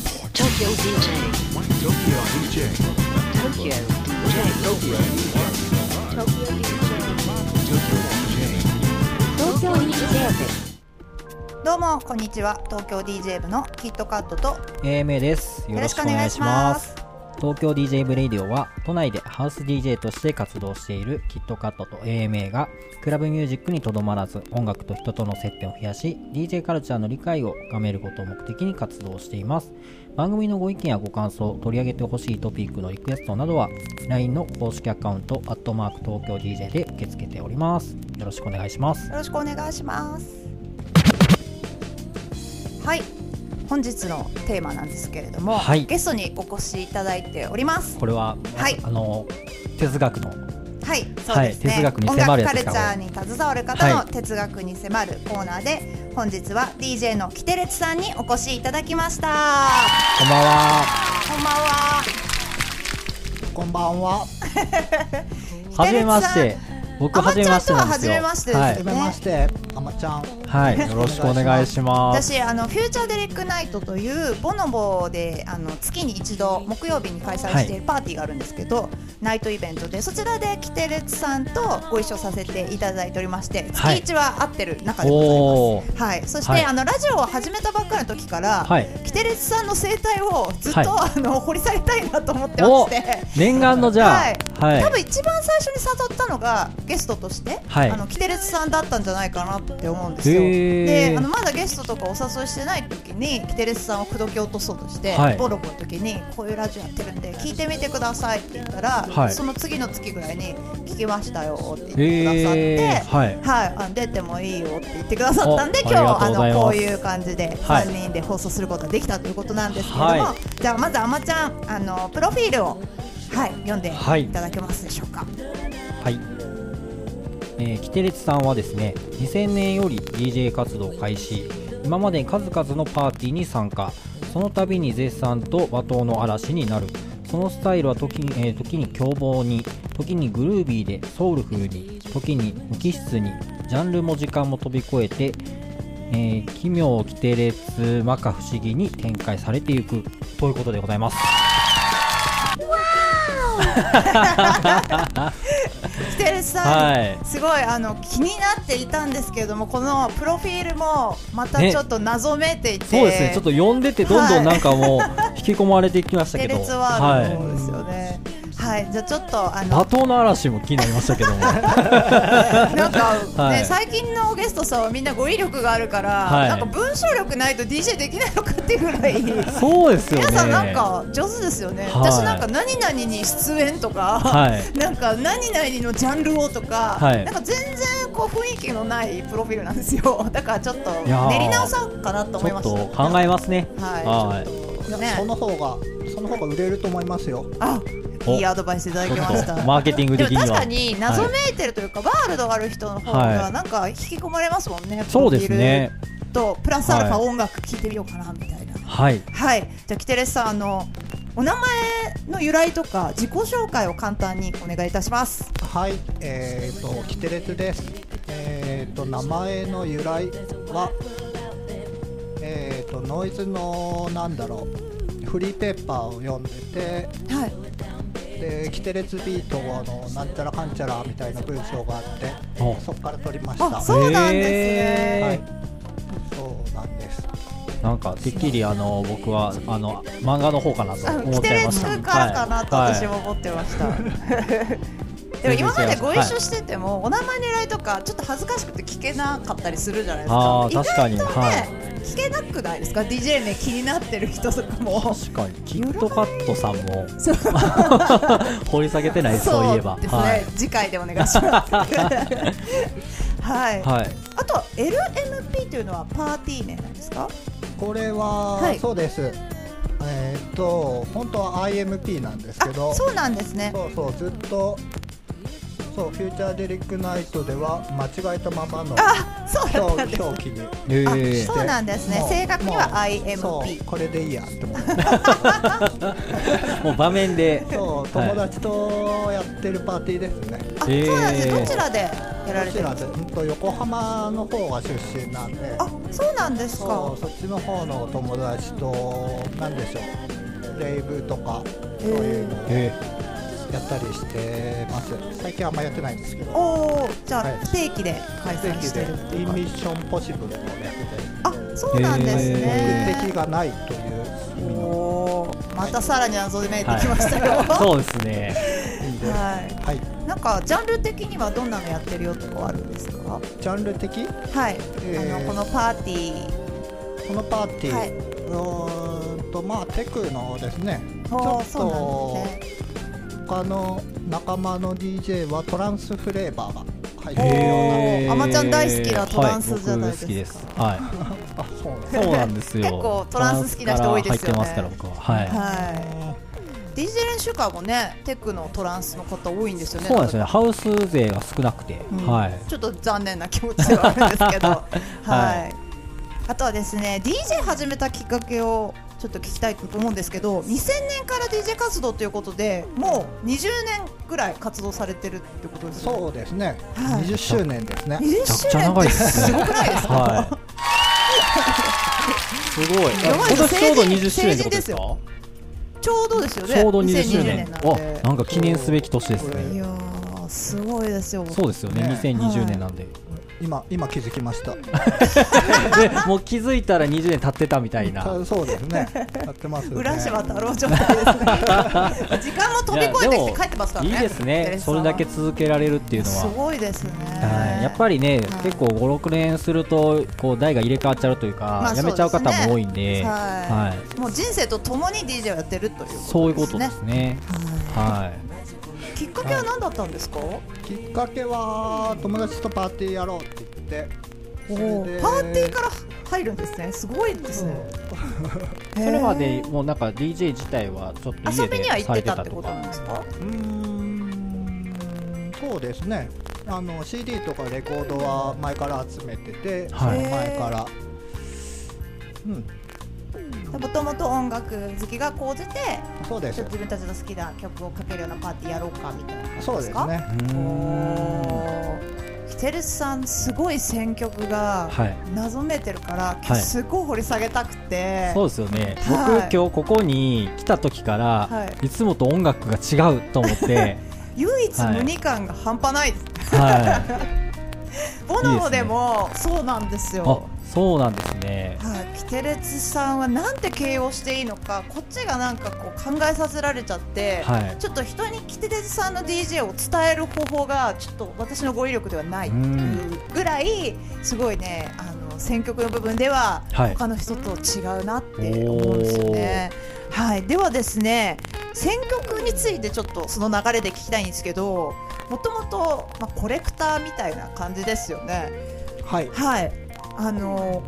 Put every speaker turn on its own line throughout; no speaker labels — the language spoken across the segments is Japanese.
Tokyo DJ.
Tokyo DJ.
Tokyo DJ.
Tokyo DJ. Tokyo DJ.
Tokyo DJ.
どうもこんにちは東京 DJ 部のキットカットと
AMA です。よろしくお願いします。東京 DJ ブレイディオは都内でハウス DJ として活動しているキットカットと AMA がクラブミュージックにとどまらず音楽と人との接点を増やし DJ カルチャーの理解を深めることを目的に活動しています番組のご意見やご感想取り上げてほしいトピックのリクエストなどは LINE の公式アカウント「東京 DJ」で受け付けておりますよろしくお願いします
よろしくお願いしますはい本日のテーマなんですけれども、
はい
ゲストにお越しいただいております
これは、
はい
あの哲学の
はいそうですね、
哲学に迫るやつ
音楽カル
です
チ
か
ャーに携わる方の
はい
哲学に迫るコーナーで、本日は DJ のキテレツさんにお越しいただきました
こんばんは
こんばんは
こんばんは。は
はじめまして僕はじめましてなんで
あ
すよ
まっちゃんとは初めましてです
は
じ
い
めまして、あまちゃん。
はい、 よろしくお願いします。
私あのフューチャーデリックナイトというボノボであの月に一度木曜日に開催しているパーティーがあるんですけど、ナイトイベントでそちらでキテレツさんとご一緒させていただいておりまして
は
月
い
一は合ってる中でご
お
ざいます。はい、そして、
はい
あのラジオを始めたばっかりの時から、
はい
キテレツさんの生態をずっと、
は
あの掘り下げたいなと思ってま
お
して。
念願のじゃあ、
はい
はい、
多分一番最初に誘ったのがゲストとして、
はい
あのキテレツさんだったんじゃないかなって思うんですよ。
へー
であのまだゲストとかお誘いしてない時にキテレツさんを口説き落とそうとして、
はい
ボロボの時にこういうラジオやってるんで聞いてみてくださいって言ったら、
はい
その次の月ぐらいに聞きましたよって言ってくださって。
えー、はい、
はい、あの出てもいいよって言ってくださったんで
お
今日は
あ
あ
りがとうござい
の
ます
こういう感じで
はい
3人で放送することができたということなんですけれども、
は
じゃあまずあまちゃんあのプロフィールを、はい、読んで
はい
いただけますでしょうか。
はい。えー、キテレツさんはですね、2000年より DJ 活動を開始、今までに数々のパーティーに参加、その度に絶賛と罵倒の嵐になる、そのスタイルは時に,、えー時に凶暴に、時にグルービーでソウルフルに、時に無機質に、ジャンルも時間も飛び越えて、えー、奇妙、キテレツ、摩訶不思議に展開されていくということでございます。
キテレツさん、
はい。
すごいあの気になっていたんですけれどもこのプロフィールもまた
ね
ちょっと謎めいていて、
そうですね、ちょっと読んでて、どんどんなんかもう、引き込まれていきました
キ
け
テ
ど、
レツワールドの方ですよね。はい、じゃあちょっとあの
罵倒の嵐も気になりましたけども、
なんか、
はい
ね、最近のゲストさんはみんな語彙力があるから、
はい
なんか文章力ないと DJ できないのかっていうぐらい。
そうで すよね。
皆さんなんか上手ですよね、
はい
私なんか何々に出演とか、
はい
なんか何々のジャンルをとか、
はい
なんか全然こう雰囲気のないプロフィールなんですよだからちょっと
いやー
練り直そうかなと思
ち
い
ょっ
ま
と
した
考えますね。
はい
い。
ちょっと
いや
ね
その方が、その方が売れると思いますよ。
あ
お
いいアドバイスいただきまし
ちょったとマーケティング
でも
的には
確かに謎
はい
めいてるというか、ワールドがある人の方
は
が
い
なんか引き込まれますもんね、
そうですね。
とプラスアルファ
は
音楽聴いてみようかなみたいな。
はい。
はい、じゃあキテレスさんあのお名前の由来とか自己紹介を簡単にお願いいたします。
はい、えっ、と、キテレツです。えっ、と、名前の由来は。えっ、と、ノイズの、なんだろう。フリーペーパーを読んで
はい、
て、で、キテレツビートの、なんちゃらかんちゃらみたいな文章があって
お。
そこから取りました。
あ、そうなんです
へ
ね。
ー
はい。そうなんです。
なんか、てっきり、あの、僕は、あの、漫画の方かなと
あ
思
キ
っ
テ
ちゃい
レ
ま
ツ
した。
からかなと私
は
も思ってました。 でも
全然
今までご一
違い
緒
ま
してても、お名前の由来とかちょっと恥ずかしくて聞けなかったりするじゃないです
あ
か。
ー確かに
意外と
は
ね、聞けなくないですか？DJ ね気になってる人とか
い
も。
確かに、キットカットさんも、
そう
掘り下げてない、そういえば。
そうですね、
はい。
次回でお願いします。 はい。
はい。
あと LMP というのはパーティー名なんですか？
これは、
はい
そうですえーっと本当は IMP なんですけど
あ、そうなんですね。
そうそうずっとそうフューチャーデリックナイトでは間違えたままの
あ、そうだったんで
表
す。
表記に
え
あ
ー
そ、うなんですね
もう
正確には
もう
IMP
そうこれでいいやって思って
もう場面で。
そう
はい
友達とやってるパーティーですね、
あ、
えー
そうなんですね。どちらでやられて
どち
るん
ら
です
で
か？
うんと横浜の方が出身なんで
あ、そうなんです
そ
か
う。そっちの方の友達となんでしょうレイブとかそういうのをやったりしてます最近あんまやってないんですけど
おおじゃ
は
あ
い
不定期で開
不定
催
期
して
で
るって
イ
い
ン
うか
ミッションポシブルをやってて
あそうなんです
目
ね
的がないという意味の
おーまたさらに謎めいてきましたよ、 は
そうですね。
意味
い、
で、はい、
なんかジャンル的にはどんなのやってるよとかあるんですか
ジャンル的
はい、
えー
あのこのパーティ
このパーティ
ー
ー、
はいう
ーんとまあテクのですねちょ
おー
っ
そう
と
なんですね
他の仲間の DJ はトランスフレーバーが入ってるような
へー
えー
あまちゃん大好きなトランスじゃないですか
はい、僕好きです。は
あそうなん
い。そ うなんですよ。
結構トランス好きな人多いですよね
トランスから入ってますから、僕は。はい。
はい DJ 練習会もねテクのトランスの方多いんですよね
そうなんですよね。ハウス勢が少なくて、
うん
はい。
ちょっと残念な気持ちではあるんですけど、はい
は
あとはですね DJ 始めたきっかけをちょっと聞きたいと思うんですけど2000年から DJ 活動ということでもう20年ぐらい活動されてるってことですね
そうですね、
はい
20周年ですね
20
めちゃく
周
ちゃ
年
長
っ
い
て
です
す
ね。
ごくないですか、
はい。すごい。
やばい
今年ちょうど20周年ってことです
成人です
か
よちょうどですよね
ちょうど20周
2020
年。
なんで
あ、なんか記念すべき年です
そう
ね。
いやーすごいですよ
そうですよね。
ね
2020年なんで。
今今気づきました
で、もう気づいたら20年経ってたみたいな。
そうそうですねやってますね
浦島太郎状態ですね時間も飛び越えてきて帰ってますからね
いやでもいいです
テレ
ね。
サ
それだけ続けられるっていうのは。
すごいですね、
はい、やっぱりね、結構56年するとこう台が入れ替わっちゃうというか、
まあ
やめちゃう方
そうですね
も多いんで、
は
はい
もう人生とともに DJ をやってるということですね
そういうことですね。は
きっかけは何だったんですか、
きっかけは友達とパーティーやろうって言って
お
それ
ー
で
パーティーから入るんですねすごいですね、
い、
へー
それまでもうなんか DJ 自体はちょっと家
遊びには
で
行
さ
って
れて
たったて
と
ことなん
か、
ですか
うーんそうですねあの CD とかレコードは前から集めてて、
はい
その前から、うん、
もともと音楽好きが高じて
そうで
ちょ
す
っと自分たちの好きな曲をかけるようなパーティーやろうかみたいな感じですか
そうですね
うー
お
ん
ーキテルスさんすごい選曲が
はい
謎めいてるから、今日すごい掘り下げたくて、
そうですよね、
はい
僕今日ここに来た時から、、
はい
つもと音楽が違うと 思って、
唯一無二感が半端ないです、
はい、
ボノボでもそうなんです
あ
よ
そうなんですね。
はい、キテレツさんはなんて形容していいのかこっちがなんかこう考えさせられちゃって、
はい
ちょっと人にキテレツさんの DJ を伝える方法がちょっと私の語彙力ではないっていうぐらいすごいねあの選曲の部分では
はい
他の人と違うなって思うんですよね。はい、ではですね選曲についてちょっとその流れで聞きたいんですけどもともと、まあ、コレクターみたいな感じですよね。
はい
はい、あの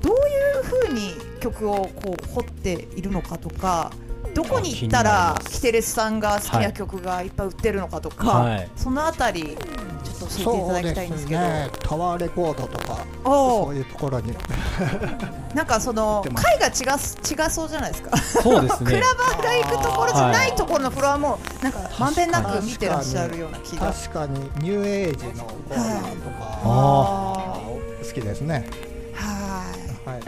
どういうふうに曲をこう掘っているのかとかどこに行った
あ気にな
ら
ります
キテレスさんが好き
は
ない曲がいっぱい売ってるのかとか、
はい
そのあたりちょっと教えていた
そう
だきたいん
で
です
す
けど
ねタワーレコードとか
お
そうういうところに
なんかその
ってます
回が違す違そうじゃないですか
そうですね。
クラバーが行くところじゃないところのフロアもなんかまんべんなく見てらっしゃるような気が
確かにニューエイジのコーナーとか、
あ
好きですね
は
はい、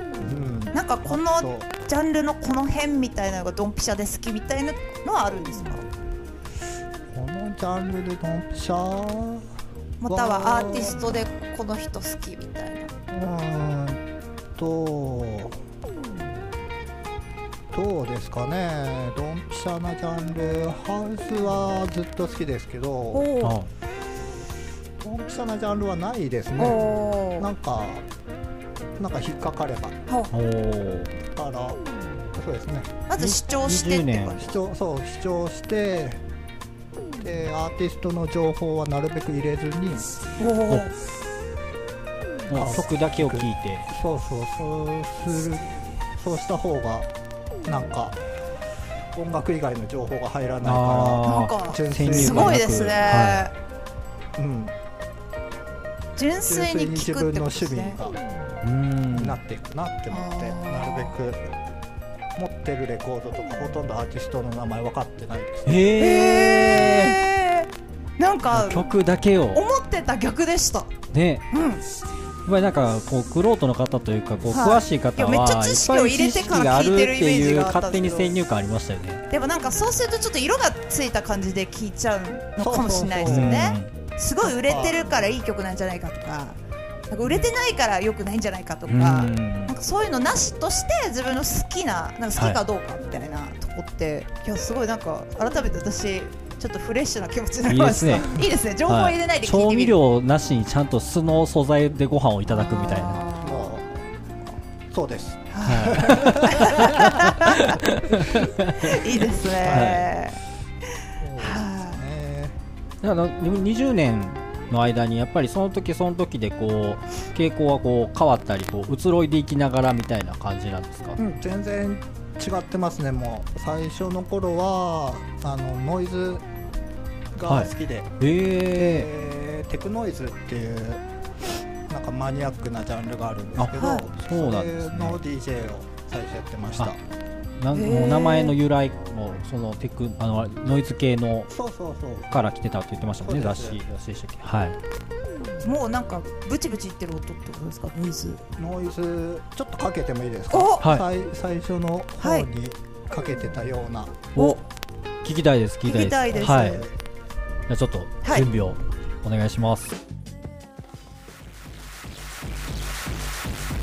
うん、
いなんかこ
あ
の
と
ジャンルのこの辺みたいなのがドンピシャで好きみたいなのはあるんですか
このジャンルでドンピシャ
またはアーティストでこの人好きみたいな
うーんとどうですかねドンピシャなジャンルハウスはずっと好きですけど
あ
お
ドンピシャなジャンルはないです
ー
ね
お
な
ー
んかなんか引っかかれば
おー
からそうですね
まず主張してって感じ
視聴そう視聴してでアーティストの情報はなるべく入れずに
おー
もう曲だけを聴いて。
そうそうそうするそうした方がなんか音楽以外の情報が入らないか
なん
あ
か
ら純粋
先入
に
す
観
ごいですね、
は
うん、
純
純
粋
粋
に
に自
聞くっ
分
て
の
ことです
趣味
ね
が
うーん
なっていくなって思って
あー
なるべく持ってるレコードとかほとんどアーティストの名前分かってないです
へえ
えー、なんか
曲だけを
思ってた逆でした
ね
うん
ぱりなんかこうクロートの方というかこう
はい
詳しい方
いやめっちゃ
は
知識を入れてから聞いてるイメージがあった
勝
んです
手に
けど
先入観ありましたよね。
でもなんかそうするとちょっと色がついた感じで聴いちゃうのかもしれないですよねすごい売れてるからいい曲なんじゃないかとかなんか売れてないから良くないんじゃないかと
う
か
ん
なんかそういうのなしとして自分の好きななんか好きかどうかみたいなとこって、い、やすごいなんか改めて私ちょっとフレッシュな気持ちになりました
いいです
いいですね情報入れないで聞い
調
てみ
味
る、
料なしにちゃんと素の素材でご飯をいただくみたいな。
あー
もうそうです
いいですね。は
ね
だからでも20年の間にやっぱりその時その時でこう傾向はこう変わったりこう移ろいでいきながらみたいな感じなんですか。
うん、全然違ってますねもう最初の頃はあのノイズが好きで、
え
えーテクノイズっていうなんかマニアックなジャンルがあるんですけど、
あはい
そうなんですね
れの DJ を最初やってまし
あ
た
ー、なんもう名前の由来もそのテクあのノイズ系の
そうそうそう
から来てたって言ってましたもんね
そう
雑
です
誌雑誌でしたっけ。はい。
い。もうなんかブチブチ言ってる音ってことですかノイズ。
ノイズちょっとかけてもいいですか、
お
はい
最最初の方にかけてたような、
お聞きたいです聞きたいで
聞き
す
たいです
はいじゃあちょっと
はい
準備をお願いします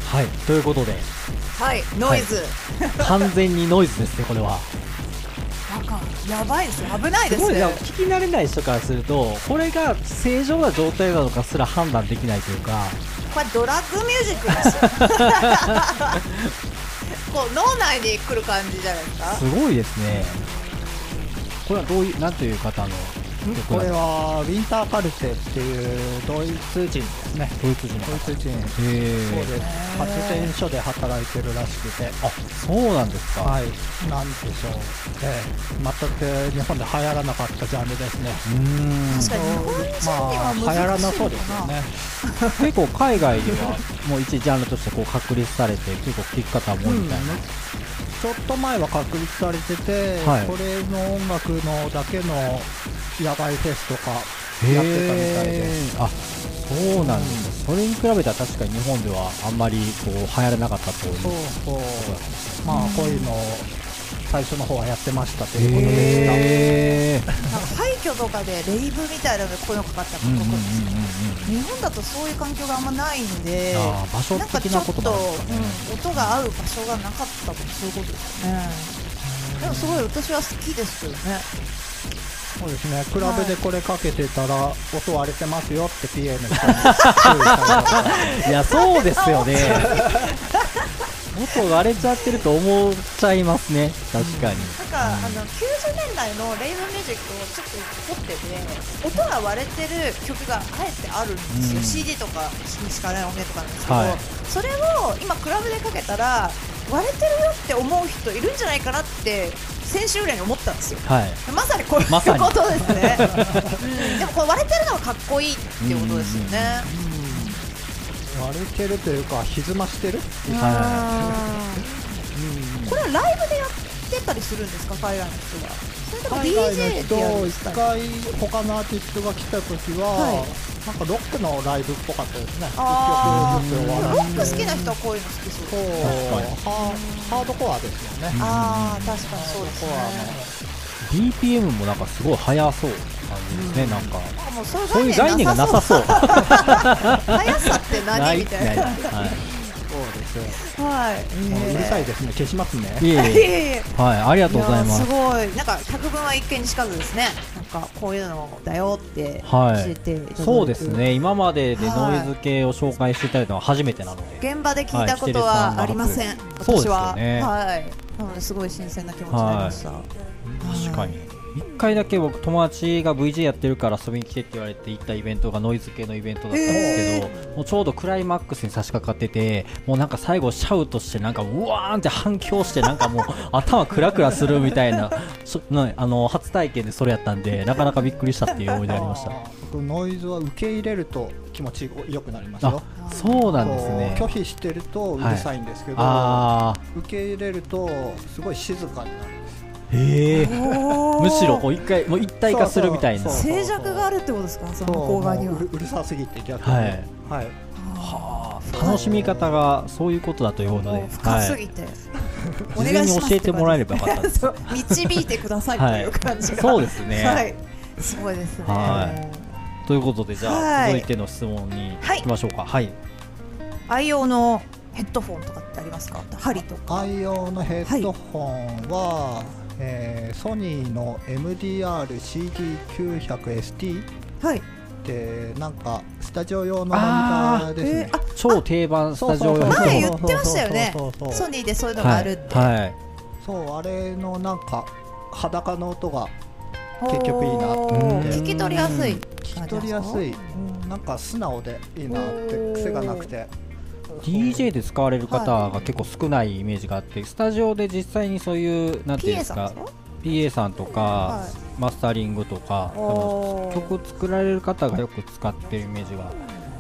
はい、ということで
はいノイズ。
完全にノイズですねこれは
なんかやばいですね危ないですす
ごい
ね
な。聞き慣れない人からするとこれが正常な状態なのかすら判断できないというか
これドラッグミュージックです よ。こう脳内に来る感じじゃないですか。
すごいですねこれはどういうなんという方の曲
こ
なんで
れ
すか
はウィンターカルテっていうドイツ人ですね
ドイツ人の
ドイツ人
へ
そう
え
です発電所で働いてるらしくて
あそうなんですか、
はい、なんでしょう、ええ、全く日本で流行らなかったジャンルですね。
うーん
確かに日本人には
まあ、流行ら
難しいの
なそうです
か
よ
な。
ね。
結構海外ではもう一ジャンルとしてこう確立されて結構聞き方も多いみたいな、
ちょっと前は確立されてて、
はい
これの音楽のだけの野外フェスとかやってたみたいです。
あそうなんです、それに比べたら確かに日本ではあんまりこう流行らなかったという
そうそう、まあ、こういうのを最初の方はやってましたということでした。
へえ
なんか廃墟とかでレイブみたいなので声のかかったこと
うんうん
か
うんうんうん
ですね。日本だとそういう環境があんまないんで。
あー場所
なんか
的
ちょ
な
っと、
こともあるんですかね
うん、音が合う場所がなかったとかそういうことですね。でもすごい私は好きですけどね。
そうですね、クラブでこれかけてたら、音割れてますよって PA の人に注意さ れた
いやそうですよ ね音が荒れちゃってると思っちゃいますね確かに、
なんか、あの90年代のレイブミュージックをちょっと凝ってて、音が割れてる曲があえてあるんですよ。
うん
CD とかにしかない音源とかなんですけど、
はい
それを今クラブでかけたら割れてるよって思う人いるんじゃないかなって先週ぐらいに思ったんですよ。
はい
まさにこういう
まさに
ことですね。うんでもこれ割れてるのがかっこいいっていうことですよね。
割れてるというか、歪ましてる
う
うん
んこれはライブでやってたりするんですか、海外の人は。それとも
海外
DJ でやるん
の人
です
一
か。
回他のアーティストが来た時は、
は
なんかロックのライブっぽかったですね一
あ
曲ずつ終わ
あ、
ら
ロッ
せ
ク
て
好きな人はこういうの好きそう。
そうハーハードコアですよね、ハ
ああ、確かにそうで
ー
す
ド
ね
コ。
BPM もなんかすごい速そうな感じですね、なんか
あもうそう
そう
い
いうう概念がなさそう
う。速さって何みたいな。
なはい
アのそうですよ
はい。
もううるさ
い
いですね消しますね
いえい
や。い
え
やいや。
はい、ありがとうございます。
やごいなんか百聞は一見にしかずですねなんかこういうのだよって教
は
えていただ
い、
く
そうですね、今まででノイズ系を紹介していただいたのは初めてなので、
現場で聞いたことはありません、
はいそ
私
うですよ
は、
ね
はいなのですごい新鮮な気持ちになりました、
確かに、1回だけ僕、友達が VJ やってるから遊びに来てって言われて行ったイベントがノイズ系のイベントだったんですけど、もうちょうどクライマックスに差し掛かってて、もうなんか最後、シャウトして、なんかうわーんって反響して、なんかもう頭クラクラするみたいな、そなあの初体験でそれやったんで、なかなかびっくりしたっていう思い出ありました。
僕ノイズは受け入れると気持ち良くなりますよ
あそうなんですね。
こう拒否してるとうるさいんですけど、
ああ。
受け入れるとすごい静かになるんです
へえ
おー
むしろこう一回もう一体化するみたいな
そうそう
静寂があるってことですかその
そ
向
う
こう側に
もうう
は
るうるさすぎて逆に
はい
はい
はあ楽しみ方がそういうことだということで、
もう深す
い、
ぎて、
事前に教えてもらえればよかったで す
そう導いてくださいという感じが、
そうですね
はい、すごいですね、
はということでじゃあ
はい
続いての質問に
はい
行きましょうかはい、
愛用のヘッドフォンとかってありますか針とか
愛用のヘッドホンは、えーソニーの MDR-CD900ST
はい
ってなんかスタジオ用のモニターですね
えーあ
超定番スタジオ用の
そうそう
前
そ
言
う
ってましたよね
そうそうそう
ソニーでそういうのがあるって、
はいはい
そうあれのなんか裸の音が
おー
結局いいなと
思って
聞き取りやすい
聞き取りやすいなんか素直でいいなって癖がなくて
DJ で使われる方が結構少ないイメージがあって、スタジオで実際にそういうなんていう
PA
んです
さ
か
んですか
PA さんとか、
は
マスタリングとか
おー
多分曲作られる方がよく使ってるイメージが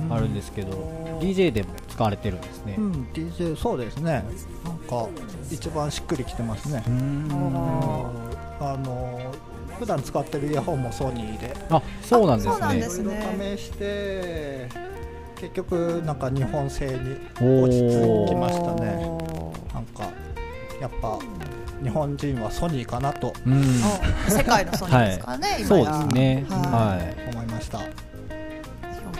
あるんですけど、DJ でも使われてるんですね
う、ん DJ そうですねなんか一番しっくりきてますね
あ
あの普段使ってるイヤホンもソニーで
あそうなんですね
あそうなんで
い
す
ろいろ試して結局なんか日本製に落ち着きましたねなんかやっぱ日本人はソニーかなと
うん
ー世界のソニーですからね、今
そう
や
ですね
は
はい
思いました
いう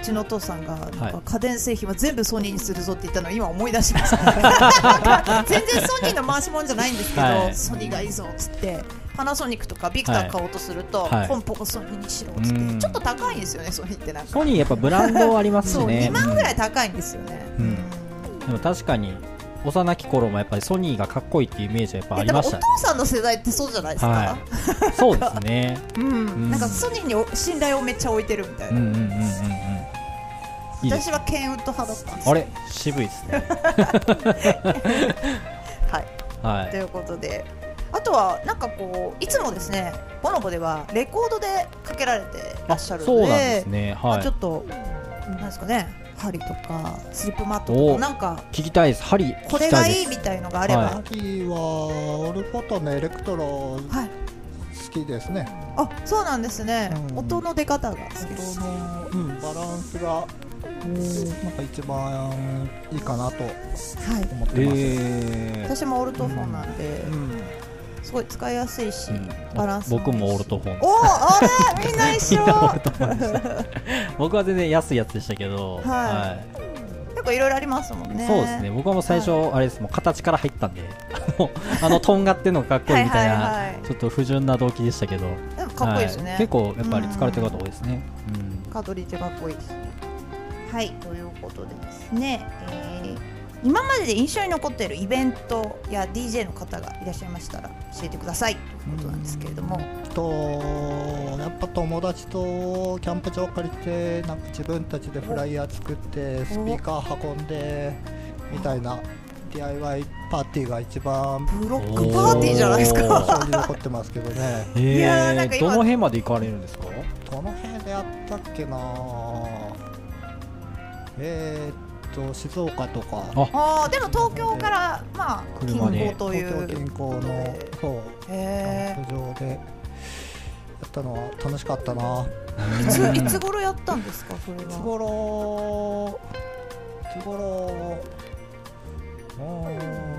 ちのお父さんがなん
はい
か家電製品は全部ソニーにするぞって言ったのを今思い出しましたなん か全然ソニーの回しもんじゃないんですけど、
はい
ソニーがいいぞっつってパナソニックとかビクター買おうとすると、
はい
コンポをソニーにしろっつって、
うん
ちょっと高いんですよねソニーってなんか
ソニーやっぱブランドあります
そ
し
う、
ね
2万ぐらい高いんですよね、
う
うんん
うんでも確かに幼き頃もやっぱりソニーがかっこいいっていうイメージはやっぱあ
え
り
でも
ま
お
し
父
たね
さんの世代ってそうじゃないですか、
はいそうですね
うん、なんかソニーにお信頼をめっちゃ置いてるみたい
うん
な、
うんうんうんうんいいです
私はケンウッド派だったんです
あれ渋いです
はい
ねは
と
い
いうことであとはなんかこういつもですねボノボではレコードでかけられてらっしゃるので
そうなんですね
まあ
はい
ちょっとなんですかね針とかスリップマットと
お
かなんか
聞きたいです針聞
これ
き
が
たい
いい
で
み
す
たいのがあれば、
は
は
次はオルフォトのエレクトロ好
い
きですね、
あそうなんですね、
うん
音の出方が好きです
音の、うん、バランスがなんか一番いいかなと
はい
思ってます、
えー
私もオルトフォンなんで、
うん
すごい使いやすいし、
うん
バランスもいいし
僕もオルトフォン
おおあれみんな 一緒
僕は全然安いやつでしたけど、
い結構いろいろありますもんね
そうですね僕はもう最初、あれですもう形から入ったんで もうあのとんがってんのがかっこいいみたいな
はいはいはい
ちょっと不純な動機でしたけど
でもかっこいいですね、
は結構やっぱり疲れてる方多いですね、うん
カートリッジがっこいいですね。はい、ということでですね、えー今までで印象に残っているイベントや DJ の方がいらっしゃいましたら教えてくださいということなんですけれども、
とやっぱ友達とキャンプ場借りてなんか自分たちでフライヤー作ってスピーカー運んでみたいな DIY パーティーが一番
ブロックパーティーじゃないです
おー
か。
印象に残ってますけどね
え
いやーなんか
ー、
今
どの辺まで行かれるんですか
どの辺でやったっけなえー、っと静岡とか
あ
ああ、でも東京からまあ近
車で
郊とい
東
う
京。近郊のそうキ
へ
ャンプ場でやったのは楽しかったな
え。いついつ頃やったんですかそれ
いつ
は。
頃いつ頃うーん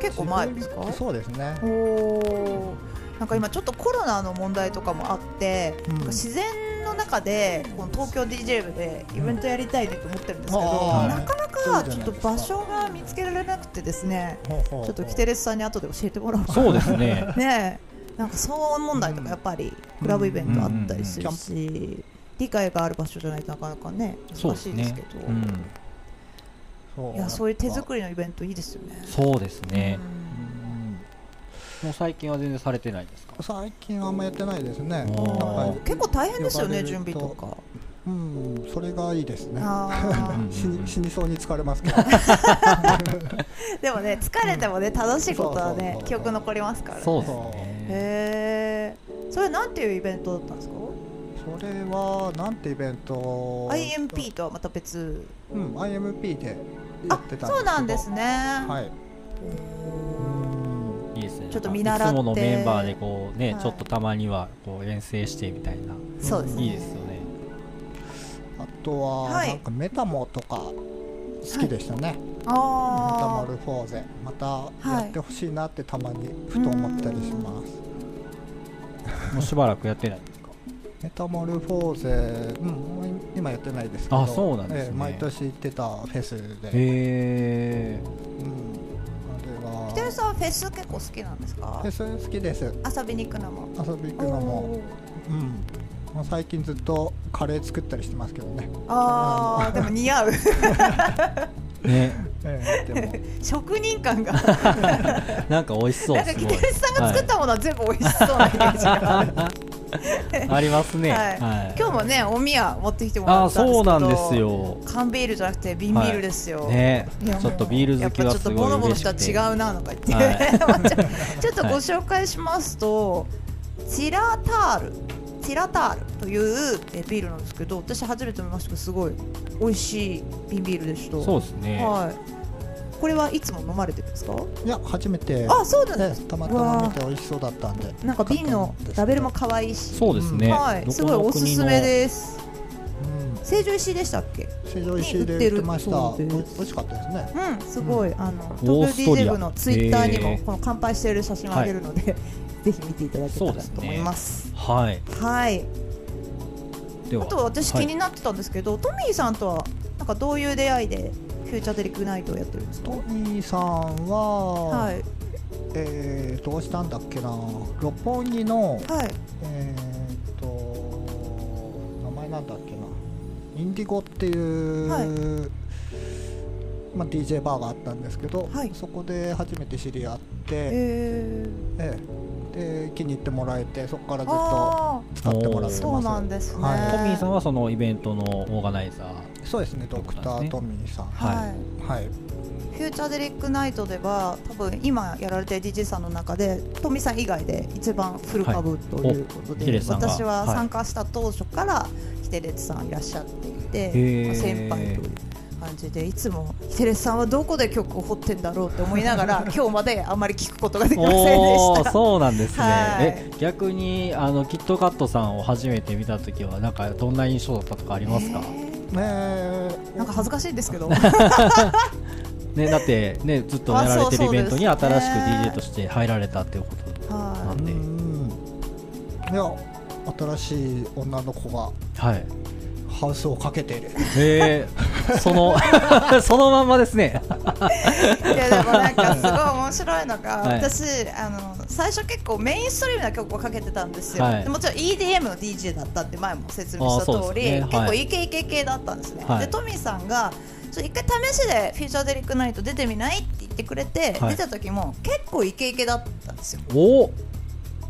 結構前ですか。
そうですね
おおーなんか今ちょっとコロナの問題とかもあって、
うん
なんか自然の中でこの東京 DJ 部でイベントやりたいねと思ってるんですけど、
あー
なかなかちょっと場所が見つけられなくてですね
ほうほうほう
ちょっとキテレスさんに後で教えてもらおうか
そうですね
ねえなんか騒音問題とかやっぱりクラブイベントあったりするし、理解がある場所じゃないとなかなかね
そう
難
です
しいです
ね
けど
うん
そう
いやそういう手作
り
りのイベントいいですよね。
そうですね、もう最近は全然されてないですか
最近あんまやってないですね
おー
なんか
結構大変ですよね
呼ばれ
準
ると
備とか。
うんそれがいいですね
あー
死に死にそうに疲れます けど
でもね疲れてもね楽しいことは
そうそう
ね
そう
記憶残りますから、ね、
そうですね
へえそれなんていうイベントだったんですか
それはなんてイベント
IMP とはまた別
うん IMP でや
あ
ってたんですけど
そうなんですね、
はいうん
いいですね
ちょっと見習って
いつものメンバーでこうね、
はい
ちょっとたまにはこう遠征してみたいな
そうですね
いいですよね
あとは、
はい
なんかメタモとか好きでしたね、メタモ
あ
ルフォーゼまたやってほしいなってたまにふと思ったりします、
もうしばらくやってないですか
メタモルフォーゼ、うん、もう今やってないですけど
あそうなんですね
ええ毎年行ってたフェスで、
へえ
うん、あ
あ。
れ
て
は
るさんフェス結構好きなんですか
フェ？ス好きです
遊びに行くのも。
遊び行くのも,、うん、もう最近ずっとカレー作ったりしてますけどね、
ああ、でも似合う。
ね
ええでも
職人感が。
なんか美味しそう
なんか
す
キ
ごい
テレツさんが作ったものは全部美味しそうなイメージがある。
ありますね
はい
はい
今日もね、おみや持ってきてもら
あ
ったんです
そ
け
う
ど。
なんです。よ
缶ビールじゃなくて瓶ビールですよ。
ね
いやもう
ちょっとビール好きはすごい
やっぱちょっとボロボロ
嬉
し
したくて
ら違うなとか言って、
は
ちょっとご紹介しますと、チラタールチラタールというえビールなんですけど私初めて飲みましたけどすごい美味しい瓶ビールでした
そうですね
はいこれはいつも飲まれてるんですか
いや初めて
あそうなんで
え
す
えたまたま見て美味しそうだったんで
なんか瓶のラベルも可愛いし
そうですね
はい、すごいおすすめです
うん
成城石井でしたっけ
成城石井で売ってました
に売っ
お
てるそう
美
です
味しかったですね
うん、すごい、あの
オー
東
ス
京
トリ
DJ
ア
部のツイッターに
へ
も
ー
この乾杯している写真をあげるので、 ぜひ見ていただけたらと思います。
はい
はい、
では
あと私気に
は
なってたんですけど、トミーさんとはなんかどういう出会いでフューチャーデリックナイトをやってるんですか
ト。ミーさんは、
はい
えー、どうしたんだっけな六本木の
はい
えーっと名前なんだっけなインディゴっていう、
はい
まあ、DJ バーがあったんですけど、
はい
そこで初めて知り合って、
え
ええで気に入ってもらえてそこか
ー、
らずっと
あ
使ってもらってま
あ
す
そうなんですね。
はい
トミーさんはそのイベントのオーガナイザー
そうですねドクタートミーさん
は
はい
はい
フューチャーデリックナイトでは多分今やられてる DJ さんの中でトミさん以外で一番フル株ということ
おキテ
で、
レツさんが
私は
はい
参加した当初からキテレツさんいらっしゃってい
へ
て、
ー
まあ先輩という感じでいつもキテレツさんはどこで曲を掘ってんだろうって思いなが ら今日まであんまり聞くことができませんで
お
し
ー
た。
そうなんですね、
はい
え逆にあのキットカットさんを初めて見た時はなんかどんな印象だったとかありますか、
え
ねえ
ーなんか恥ずかしいんです けど
ね、だって、ね、ずっとやられてるイベントに
あそうそうで
新し
す
く
ね
DJ として入られたっていうことな
は
んで、
うんいや新しい女の子が
はい
ハウスをかけている
えー、その そのまんまですね
い、いやでもなんかすごい面白いのが、
はい
私あの最初結構メインストリームな曲をかけてたんですよ、
はい
でもちろん EDM の DJ だったって前も説明した
あーそ
通
うで
り、
すねはい
結構イケイケ系だったんですね、
はい
でトミーさんがちょ一回試しで「フューチャーデリックナイト出てみない?」って言ってくれて、
はい
出た時も結構イケイケだったんですよ
お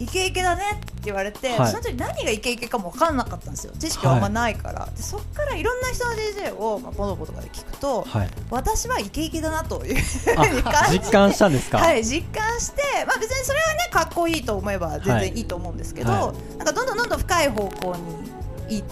イケイケだねって言われて、
はい
その時何がイケイケかも分かんなかったんですよ知識はあんまないから、でそっからいろんな人の DJ を、まあ、ボノボとかで聞くと、
はい
私はイケイケだなという
あ実感したんですか、
はい、実感して、まあ、別にそれはねかっこいいと思えば全
はい
然いいと思うんですけど、
は
なんかどんどんどんどん深い方向に行っ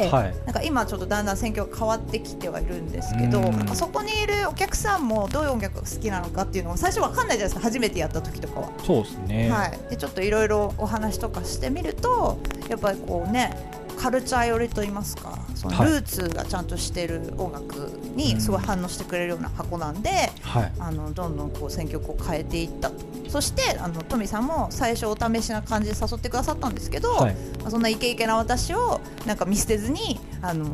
て、
はい
なんか今ちょっとだんだん戦況が変わってきてはいるんですけど
うん
なんかそこにいるお客さんもどういう音楽が好きなのかっていうのも最初わかんないじゃないですか初めてやった時とかは。
そうですね、
はい、でちょっといろいろお話とかしてみるとやっぱりこうねカルチャー寄りと言いますかその
はい
ルーツがちゃんとしてる音楽にすごい反応してくれるような箱なんで、
はい
あのどんどんこう選曲を変えていったとそしてあのトミさんも最初お試しな感じで誘ってくださったんですけど、
はい
まあそんなイケイケな私をなんか見捨てずにあ の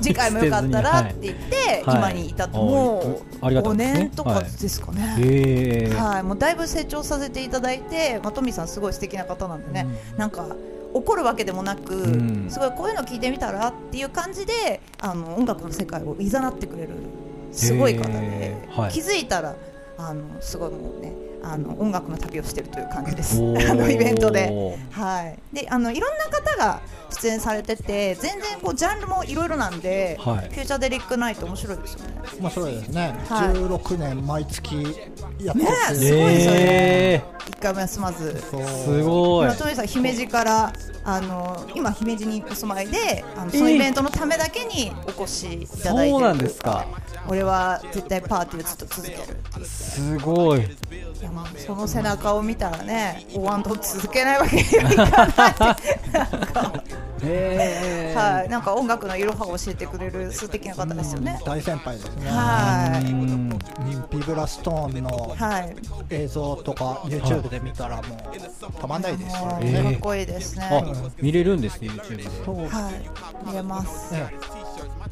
次回もよかったらって言って、
はい
今に至って
はい
もう
あありがた
5
いですね
年とかですかね。はい
えー
もうだいぶ成長させていただいて、まあ、トミさんすごい素敵な方なんでね、なんか怒るわけでもなく、
うん
すごいこういうの聞いてみたらっていう感じであの音楽の世界をいざなってくれるすごい方で
へ、ーはい
気づいたらあのすごいもうねあの音楽の旅をしてるという感じです
お ー
あのイベントで。はい、であのいろんな方が出演されてて全然こうジャンルもいろいろなんで、
はい
フューチャーデリックナイト面白いですよね。
面白いですね、
はい
16年毎月やってて、
ねえすごいですよね
え
一回も休まず
そう
ー、すごい
今トミさん姫路からあの今姫路にお住まいであのその
えー
イベントのためだけにお越しいただいてる
そうなんですか
俺は絶対パーティーをずっと続けるっていう
すごい
いやまあその背中を見たらねおわんと続けないわけにはいかない
へー
はい、なんか音楽のいろはを教えてくれる素敵な方ですよね。
大先輩ですね、
は
う
い、
ん
ビブラストーンの
はい、
映像とか YouTube で見たらもうたまんないですよ
も
え
う
ー
かっこいいですね。
あ見れるんですね YouTube で
そうね
はい、見れます。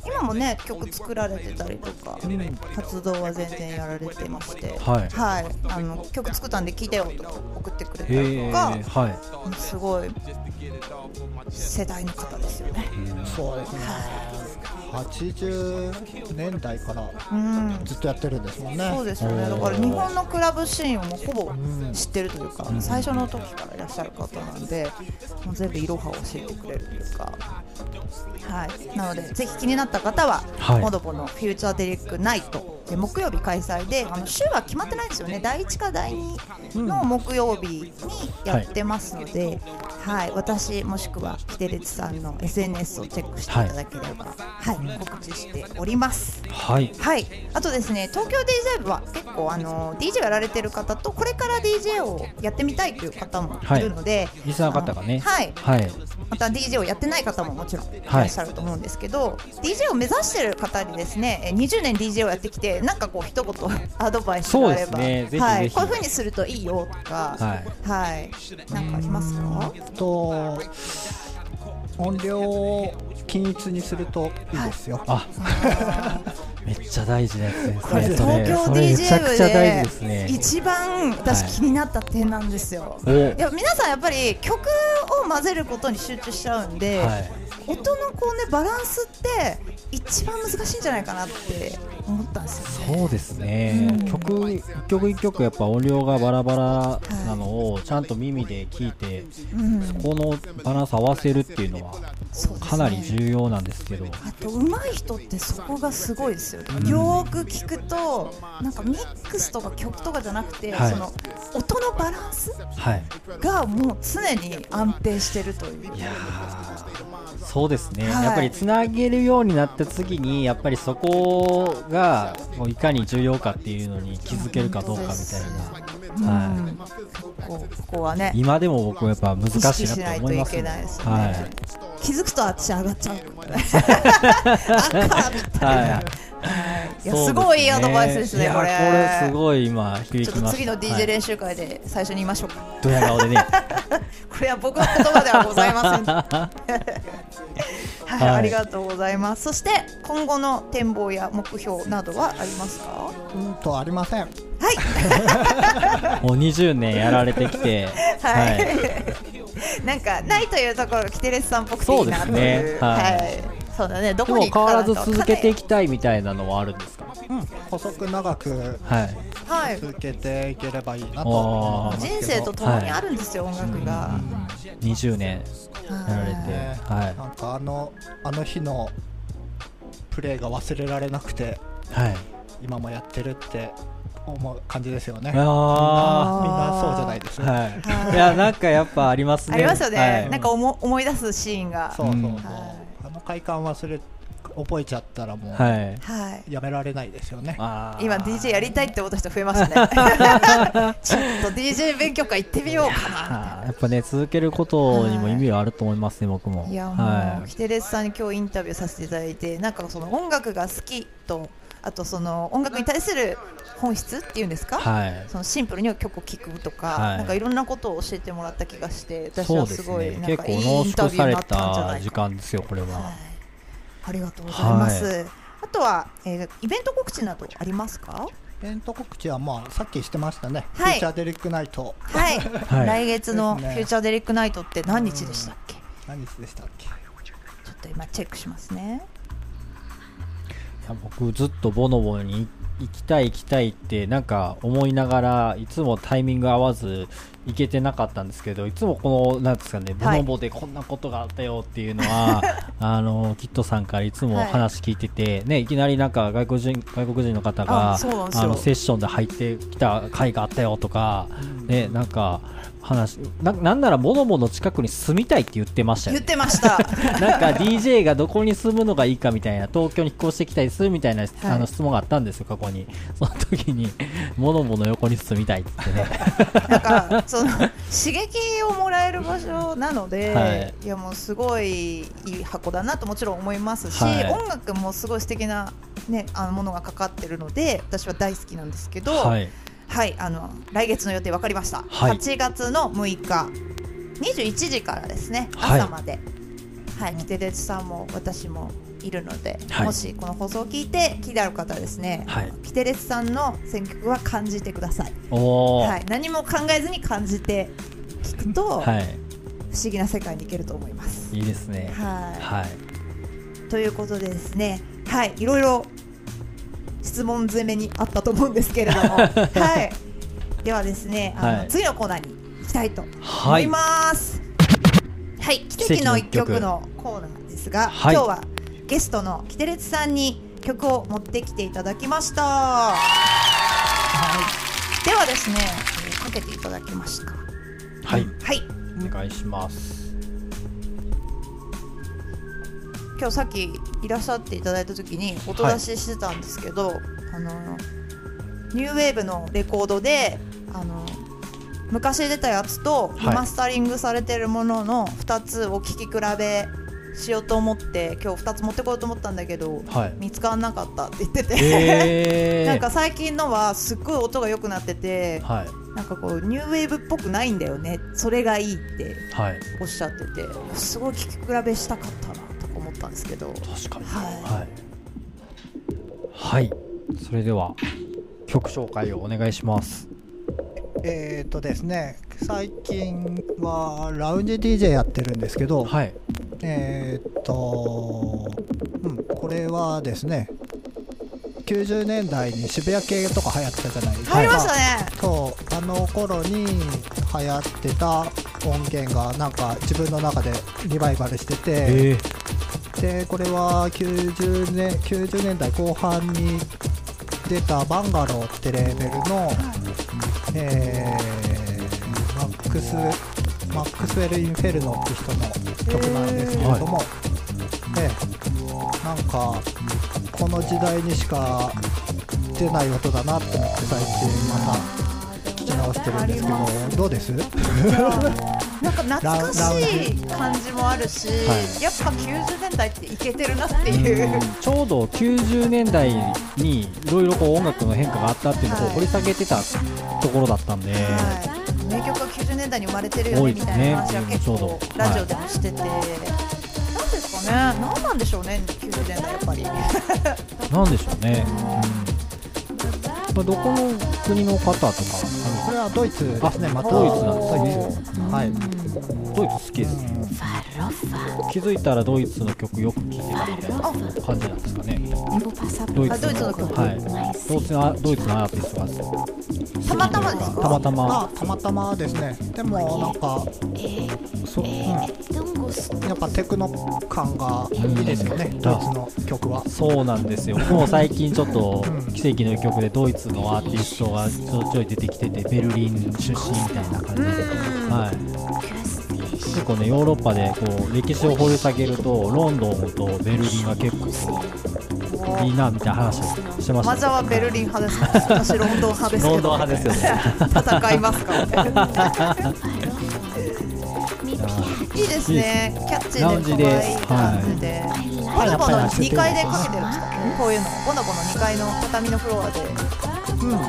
今もね、曲作られてたりとか、活動は全然やられてまして。
はい
はい、あの曲作ったんで聴いてよとか送ってくれたり
へ
と
え
か、
はい
すごい世代の方ですよね。
そうですね80年代から
うん、
ずっとやってるんですもんね
そうですよね。だから日本のクラブシーンをもうほぼ知ってるというか、最初の時からいらっしゃる方なんで、もう全部いろはを教えてくれるというか。はい。なのでぜひ気になった方は、
はい
モドボのフューチャーデリックナイトで木曜日開催で、あの週は決まってないんですよね。第一か第二の木曜日にやってますので、はい。私もしくはキテレツさんの SNS をチェックしていただければ、はい、告知しております。
はい
はい、あとですね東京 DJ 部は結構あの DJ をやられてる方とこれから DJ をやってみたいという方もいるので、
リスナー方がね
あのはい
はい
また DJ をやってない方ももちろんいらっしゃると思うんですけど、DJ を目指してる方にですねえー20年 DJ をやってきてなんかこう一言アドバイスがあれば
そうですねぜひぜひ
はい、こういう風にするといいよとか、
は
はいなんかありますか
と音量を均一にするといいですよ、
あ めっちゃ大事なやつです
これ
ねそれ
東京
それめちゃ
DJ
く
部
ちゃ大事
で
ですね
一番
はい
私気になった点なんですよ、
お
いや皆さんやっぱり曲を混ぜることに集中しちゃうんで、
はい
音のこうねバランスって一番難しいんじゃないかなって思ったんですよね。
そうですね、曲一曲一曲やっぱ音量がバラバラなのをちゃんと耳で聞いて、そこのバランス合わせるっていうのは
そうですね
かなり重要なんですけど、
あと上手い人ってそこがすごいですよ、よーく聞くとなんかミックスとか曲とかじゃなくて、
はい
その音のバランス
はい
がもう常に安定してるという
いやーそうですね、
はい
やっぱりつなげるようになった次にやっぱりそこがもういかに重要かっていうのに気づけるかどうかみたいな、はい
こうここはね
今でも僕はやっぱ難
意
し
識
い
し
な
な
と
い
思
と
い
い
ます
け
ね
ないですよね、
はい
気づくと私上がっちゃうからね赤みたいな、
はい
いやすごいいいアドバイスですね
そう
これ
いやこれすごい今響
ちょ
き
っと
ました
次の DJ 練習会で最初に言いましょうか、
ドヤ顔でね
これは僕の言葉ではございませんはい、
はい
ありがとうございますそして今後の展望や目標などはありますかは
うんとありません
い
もう20年やられてきて
はい、 なんかないというところキテレスさんっぽくていいなという
そうですねはい
はい、そうだねど
で
こ
も
に行く
変わ
からな
ず
と
続けていきたいみたいなのはあるんですか
細く長く
はい
はい
続けていければいい
あ
なと思
ー
います
人
けど
生と共にあるんですよ、音楽が。
20年やられて
ね
はい
なんかあのあの日のプレーが忘れられなくて
はい
今もやってるって思う感じですよねみんな
あ
そうじゃないです
あ
ね、
はいいやなんかやっぱあります
あ
ね
りますよね、
はい
なんか思思い出すシーンが。
そうそうそう、
うん
あの快感忘れ覚えちゃったらもう
はい
はい
やめられないですよね、
あー
今 DJ やりたいって思った人増えま したね ちょっと DJ 勉強会行ってみようかな
あーやっぱね続けることにも意味はあると思いますね僕も
いやもう、
は
キテレスさんに今日インタビューさせていただいてなんかその音楽が好きとあとその音楽に対する本質っていうんですか、
はい
そのシンプルに曲を聴くとか、
はい
い、なんかいろんなことを教えてもらった気がして私
そ
は
うですす
ごい
ね
なん
結
か
構
いいイ
濃
ンタ
縮
ビュー
さ
に
れ
なったんじゃな
た
い
時
かな
間ですよこれ
はい
は、
ありがとうございます。
は
あとは、えーイベント告知などありますか？
イベント告知はまあさっきしてましたね、
はい
フューチャーデリックナイト
はい。
い
来月のフ
ですね
ューチャーデリックナイトって何日でしたっけ？
何日でしたっけ
ちょっと今チェックしますね。
いや僕ずっとボノボに行きたい行きたいってなんか思いながらいつもタイミング合わず行けてなかったんですけどいつもこのなんですかねボ
はい
ノボでこんなことがあったよっていうのは、あのキットさんからいつも
はい
話聞いてて、い、ねいきなりなんか外国人外国人の方が
あそうなんですよ
のセッションで入ってきた回があったよとか、ねなんか話ななんならボノボの近くに住みたいって言ってましたよ
言っ
ね
てました。
なんか DJ がどこに住むのがいいかみたいな東京に引っ越してきたりするみたいな、あの質問があったんですよ過去にその時にモノボの横に住みたいって言ってね
なんかその刺激をもらえる場所なので、、
はい
やもうすごいいい箱だなともちろん思いますし、
はい
音楽もすごい素敵なねあのものがかかってるので私は大好きなんですけど、は、
はいい
あの来月の予定分かりました。
はい
8月の6日21時からですね
はい
朝まで、はい、キテレツさんも私もいるので、
はい
もしこの放送を聞いて気になる方はですね、
はい
キテレツさんの選曲は感じてください。
おお
はい、何も考えずに感じて聞くと、
はい、
不思議な世界に行けると思います。
い、いですね
は
はい
い、ということでですね、はい、いろいろ質問攻めにあったと思うんですけれども、 はい、ではですね、あの、
はい
次のコーナーに行きたいと思
はいい
ます。はい、奇跡の一曲のコーナーですが、
はい
今日はゲストのキテレツさんに曲を持ってきていただきました。ではですね、えーかけていただきますか。
はい
はい。
お願いします
今日さっきいらっしゃっていただいた時に音出ししてたんですけど、あのニューウェーブのレコードであの昔出たやつと
はい
リマスタリングされてるものの2つを聴き比べしようと思って今日2つ持ってこようと思ったんだけど
はい
見つ からなかったって言ってて、
えー、
なんか最近のはすっごい音が良くなってて
はい
なんかこうニューウェーブっぽくないんだよねそれがいいって
はい
おっしゃっててすごい聴き比べしたかったなとか思ったんですけど。
確かに
は
はい、はい、それでは曲紹介をお願いします
えっ、とですね最近はラウンジ DJ やってるんですけど、
はい
えーっと、うん、これはですね90年代に渋谷系とか流行ってたじゃないですか、
入りましたね。
そうあの頃に流行ってた音源がなんか自分の中でリバイバルしてて、
え
でこれは90年 ,90 年代後半に出た「バンガロー」ってレーベルの、えーマックス・マックスウェル・インフェルノって人の曲なんですけれども、ええなんかこの時代にしか出ない音だなって思って最近また聞き直してるんですけどどうです
なんか懐か
ラウ
しい感じもあるし、
はい
やっぱ90年代っていけてるなっていう。
うんちょうど90年代にいろいろこう音楽の変化があったっていうのを掘り下げてたところだったんで、
はい名曲が90年代に生まれてるよ
多
ね
い
み
です
た
ね
いな話は結
うんちょ
構
うど
ラジオでもしてて、なんですかね、なんなんでしょうね、90年代やっ ぱり。
なんでしょうね、うんまあ、どこの国の方とか
これはドイツですね
あ
また
ドイツなんです
ド
ね
イツはい、
ドイツ好きですね気づいたらドイツの曲よく聴いてたみたいな感じなんですかねドイ
あドイツの曲
はい、ドイツのドイツのアーティストが好き
たまたまですか
たまたま
あたまたまですねでもなんかそう、うん、やっぱテクノ感がいいですよね、
うん
ドイツの曲は
そうなんですよ僕も最近ちょっと奇跡の一曲でドイツのアーティストがちょいちょい出てきててベルリン出身みたいな感じで、はい、結構ねヨーロッパでこう歴史を掘り下げるとロンドンとベルリンが結構こういいなみたいな話をしてました
マザーはベルリン派ですか、私ロンドン派ですけど。
ロンドン派ですよね
戦いますかみたいな。いいですね。キャッチ
ラウ
ー
ン
で
ジ
可
で
愛い感じで。ボノボの2階でかけてるんですかね。こういうの、ボノボの2階の畳のフロアで。
うん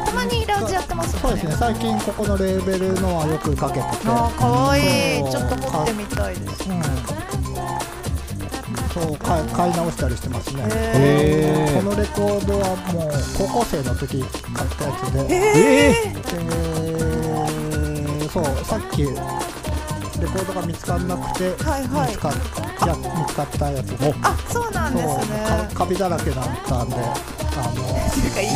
たまにラウンジやってます
そう
よ
ですね
ね。
最近ここのレーベルのはよくかけてて
あー、可愛い
そう
ちょっと持ってみたいです。
うんそう買い買い直したりしてますね
へー
このレコードはもう高校生の時買ったやつで、
え
えーそうさっきレコードが見つからなくて、
はいはい
見つかっや見つかったやつで
お
あ、そうなん
そ
で
う
すね。
かカビだらけだったんであの
なんか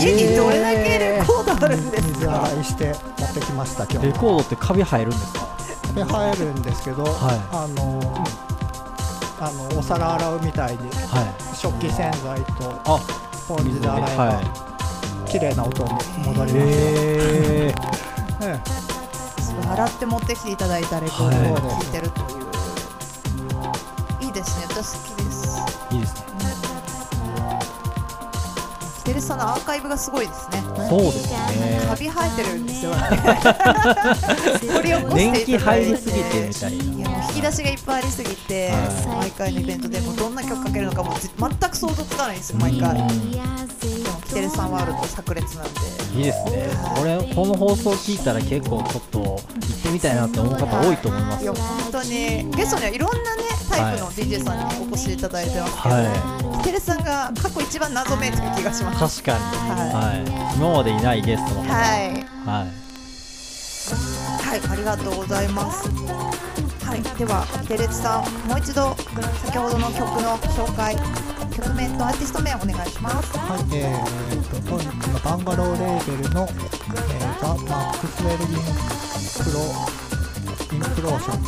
家にどれだけレコードあるんです
水洗いしてやってきました今
レ
日
コードってカビ入るんですか
で入るんですけど、あの、うんあのお皿洗うみたいに
はい
食器洗剤と
あ
スポンジで洗えば、
は
綺麗な音に戻
い
ります、
えー
ええ
素晴洗って持ってきていただいたレコードを聴いてるという、い、いですね私好きです
いいですね
キテレツさんのアーカイブがすごいですね
そうですね
カビ生えてるんですよね掘り起こして
年季
いただい
入
て
りすぎてみたい
いや
な
もう引き出しがいっぱいありすぎて、
は
毎回のイベントでもどんな曲かけるのかもぜ全く想像つかないんですよ毎回、でもキテレツさんワールド炸裂なんで
いいですねこれこの放送聞いたら結構ちょっと行ってみたいなって思う方多いと思います
いや本当にゲストにはいろんなねタイプの DJ さんにお越しいただいてますけど、
は
キテレツさんが過去一番謎めいてる気がします
確かに、はい、今までいないゲストの方、
はいい
はい
はい、ありがとうございます。はい、では、テレツさん、もう一度、先ほどの曲の紹介。曲名とアーティスト名をお願いします。
はい、えー、と、のバンガローレーベルの、えー、ザ・マックスウェル・インプロ、インプローション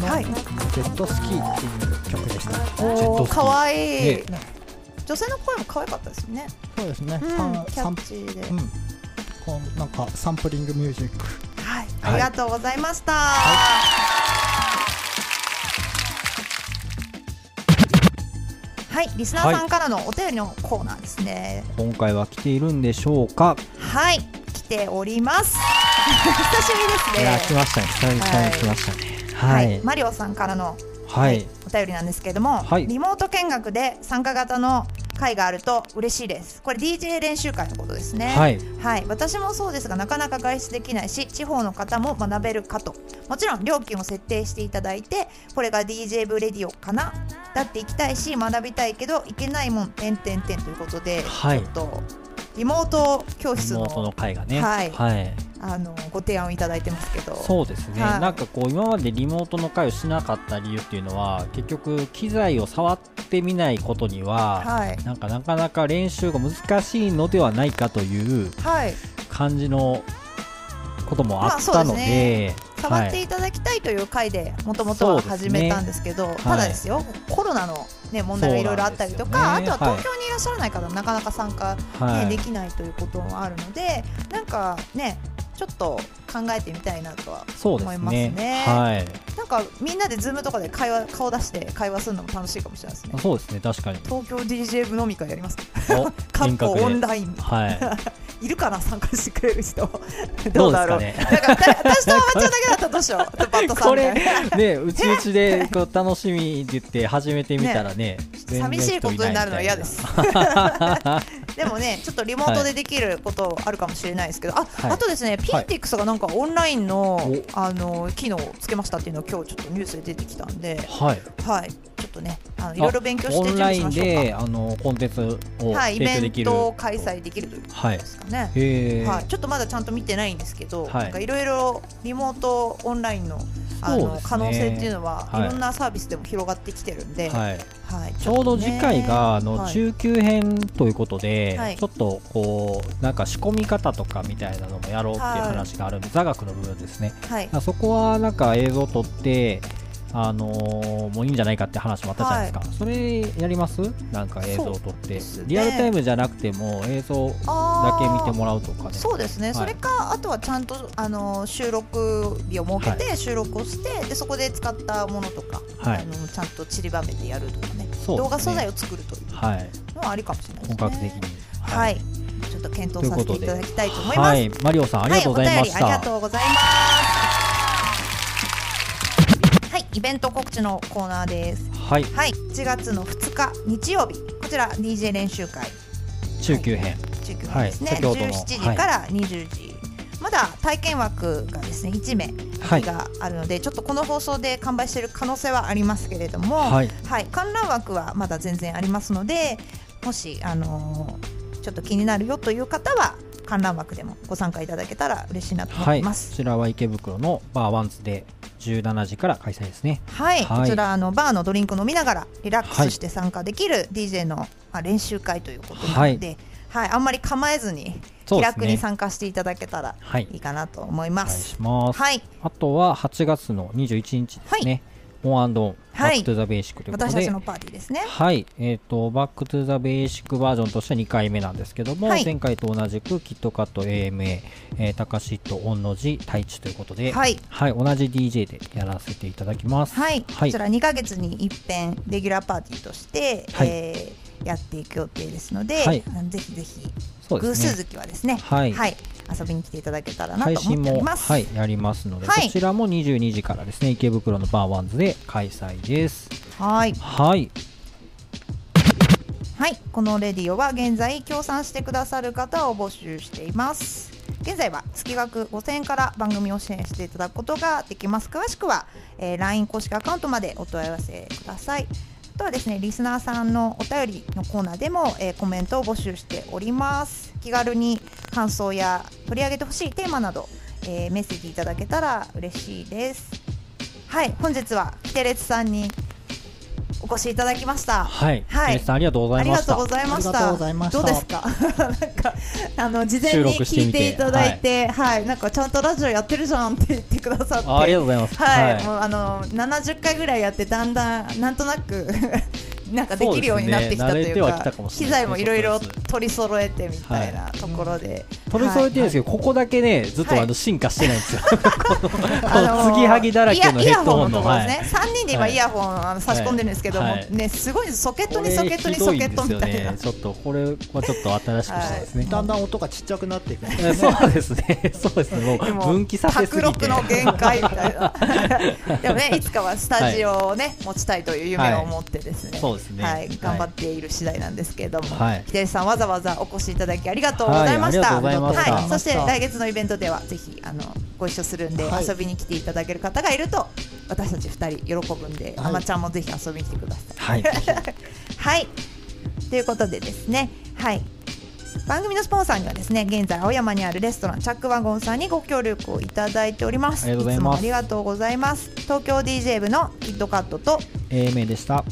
かの、
はい
ジェットスキーっていう曲でした。
ットスキー
可愛い
ね
女性の声も可愛かったですよね。
そうですね、
うん、キ
さん
ャ
さん
ッチーで。
うん、こうなんかサンプリングミュージック。
はい、
は
あ
い
りがとうございました。はい、リスナーさんからのお便りのコーナーですね。
今回は来ているんでしょうか、
はい、来ております。 久しぶりですね。
いや来ましたね久々
はい
に来ましたね
は、
はいい
マリオさんからの、
はい、
お便りなんですけれども、
はい
リモート見学で参加型の会があると嬉しいですこれ DJ 練習会のことですね
はい
はい私もそうですがなかなか外出できないし地方の方も学べるかともちろん料金を設定していただいてこれが DJ ブレディオかなだって行きたいし学びたいけど行けないもん点点点ということで、
はい
ちょっとリモート教室の
妹の会がね
はい
はい、
あのご提案をいただいてますけど
そうですね、
はい
なんかこう今までリモートの会をしなかった理由っていうのは結局機材を触ってみないことには、
はい
なんかなかなか練習が難しいのではないかという
はい
感じのこともあったので,、
触って
はい
いただきたいという回でもともとは始めたんですけどただですよ、コロナの、ね、問題がいろいろあったりとか、
そうなんですよね
あとは東京にいらっしゃらない方なかなか参加、ね
はい
できないということもあるのでなんかねちょっと考えてみたいなとは
そう
思
で
い
す
ます
ね
ね。
はい
なんかみんなでズームとかで会話顔出して会話するのも楽しいかもしれないですね。
そうですね確かに
東京 DJ 部飲み会やり ますか。
お
かっ
遠
こ
隔で
オンライン。
はい
るかな参加してくれる 人。
い
どうだろう。
どですかね
なんか私 とアマちゃんだけだったらどうしよう。バットさん
こ
みたい
れ
な。
ねうちうちでこう楽しみって言って始めてみたらね全然
寂しいことになるの嫌です。 でもね、ちょっとリモートでできることあるかもしれないですけど、あ、
はい
あとですね、ピンティックスがなんかオンラインの、
お
あの機能をつけましたっていうのを今日ちょっとニュースで出てきたんで、
はい
はい、ちょっとね、あのいろいろ勉強して
オン
準備
ライ
し
ン
ましょう
であのコンテンツを
か。はい、イ
提
ベ
供でき
ン
る
トを開催できるというこ
は
と
い
ですかね。
へえ、
はい、ちょっとまだちゃんと見てないんですけど、
はい
なんかいろいろリモートオンラインのあ
そう
の、
ですね
可能性っていうのは、
は
い
い
ろんなサービスでも広がってきてるんで、
はい
はい
ちょうど次回があの
はい
中級編ということで、
はい
ちょっとこうなんか仕込み方とかみたいなのもやろうっていう話があるんで、座学の部分ですね
はい、
あそこはなんか映像撮ってあのーもういいんじゃないかって話もあったじゃないですか、それやりますなんか映像撮って、
すね
リアルタイムじゃなくても映像だけ見てもらうとかね
そうですね、
はい
それかあとはちゃんとあの収録日を設けて収録をして、でそこで使ったものとか、
はい
あのちゃんと散りばめてやるとかね
そうですね
動画素材を作るという
はい
のはありかもしれないです
本
ね
格的に
はい、
と
ちょっと検
い
討
う
さ
こ
せて
と
い
で
ただきたいと思います、
はいマリオさんありがとうございまし
はお便りあ
た
りがとうございますはいイベント告知のコーナーです
はい
はい1月の2日日曜日こちら DJ 練習会
中級編
中継ですね、
はい先ほどの
17時から20時、まだ体験枠がですね1名
はい
があるので、ちょっとこの放送で完売している可能性はありますけれども、
はい
観覧枠はまだ全然ありますのでもし、あのーちょっと気になるよという方は観覧枠でもご参加いただけたら嬉しいなと思
はいいこ
ます。
ちらは池袋のバーワンズで17時から開催ですね
はい、
はい
こちらあのバーのドリンク飲みながらリラックスして参加できる DJ の、まあ、練習会ということなので、はいあんまり構えずに
そ
気
うですね
楽に参加していただけたら
はい
いいかなと思い
お
ま
願い
す
し。ます、
はい、
あとは8月の21日ですね、オンオン
はい
バックトゥザベーシックということで
私たちのパーティーですね。
はい、えっ、と、バックトゥザベーシックバージョンとしては2回目なんですけども、
はい
前回と同じく、キットカット AMA、えー、タカシット、オンの字、タイチということで、
はい
同じ DJ でやらせていただきます。
はい、
は
こ
い
ち、ら2ヶ月に一遍レギュラーパーティーとして、
はい
えーやっていく予定ですので、
はい
あのぜひぜひ、
そう
偶
です
数
ね。
月はですね、
はい
遊びに来ていただけたらな
配
と思
信
っており
も、
ます。
はい、やりますので、
はい
こちらも22時からですね、池袋のバーワンズで開催です。
はい、
はい、
はい、このレディオは現在協賛してくださる方を募集しています。現在は月額5000円から番組を支援していただくことができます。詳しくは、えー LINE 公式アカウントまでお問い合わせください。あとはですね、リスナーさんのお便りのコーナーでも、えーコメントを募集しております。気軽に感想や取り上げてほしいテーマなど、えーメッセージいただけたら嬉しいです。はい、本日はキテレツさんにお越しいただきました。
はい、
はい
ゆうじさんありがとうござ
あ
い
り
ま
が
し
と
た
うご。ざいました。
ありがとうございました
どうですか？ なんかあの事前
収
に
録して
聞
み
い
て
ていただいて、はい、なんかちゃんとラジオやってるじゃんって言ってくださって、
あありがとうございます。
はい、もうあの70回ぐらいやってだんだんなんとなく なんかできるようになってきたという
そうですね慣れては
か、
きたかもし
機
れない
材もいろいろ取り揃えてみたいなところで、
取り揃えてるんですけど、ここだけね、ずっと
はい
あの進化してない んですよ。こ
あのー
の継ぎはぎだらけの
イヤ
ヘッドホンの。
イヤホのところ
は
です
い
ね、三人で今
はい
イヤホンあの差し込んでるんですけども、
はい
ねすごいソケットにソ
こ
ケ
れ
ットに
ひど
ソ
いん
ケッ
で
ト
す
み
よ
たいな。
ね。ちょっとこれはちょっと新しくしたいですね。
だんだん音がちっちゃくな っていくんです
え
ね
そうですね。そうですね。も
で
う
も
分岐させすぎ
宅
て。
録の限界みたい なでもねいつかはスタジオをね、持ちたいという夢を持ってですね、
はいそうですね
は
はい
い、頑張っている次第なんですけれども、
はい
ひてるさんわざわざお越しいただきありがとうございまし
はいあ
た、
りがとうございました
はいそして来月のイベントではぜひあのご一緒するんで、
はい
遊びに来ていただける方がいると私たち2人喜ぶんで、
はい
あまちゃんもぜひ遊びに来てください
はい。
はい。ということでですね、はい。番組のスポンサーにはですね、現在青山にあるレストランチャックワゴンさんにご協力をいただいております。
ありがとうございます
つもありがとうございます。東京 DJ 部のキットカットと
英明でした。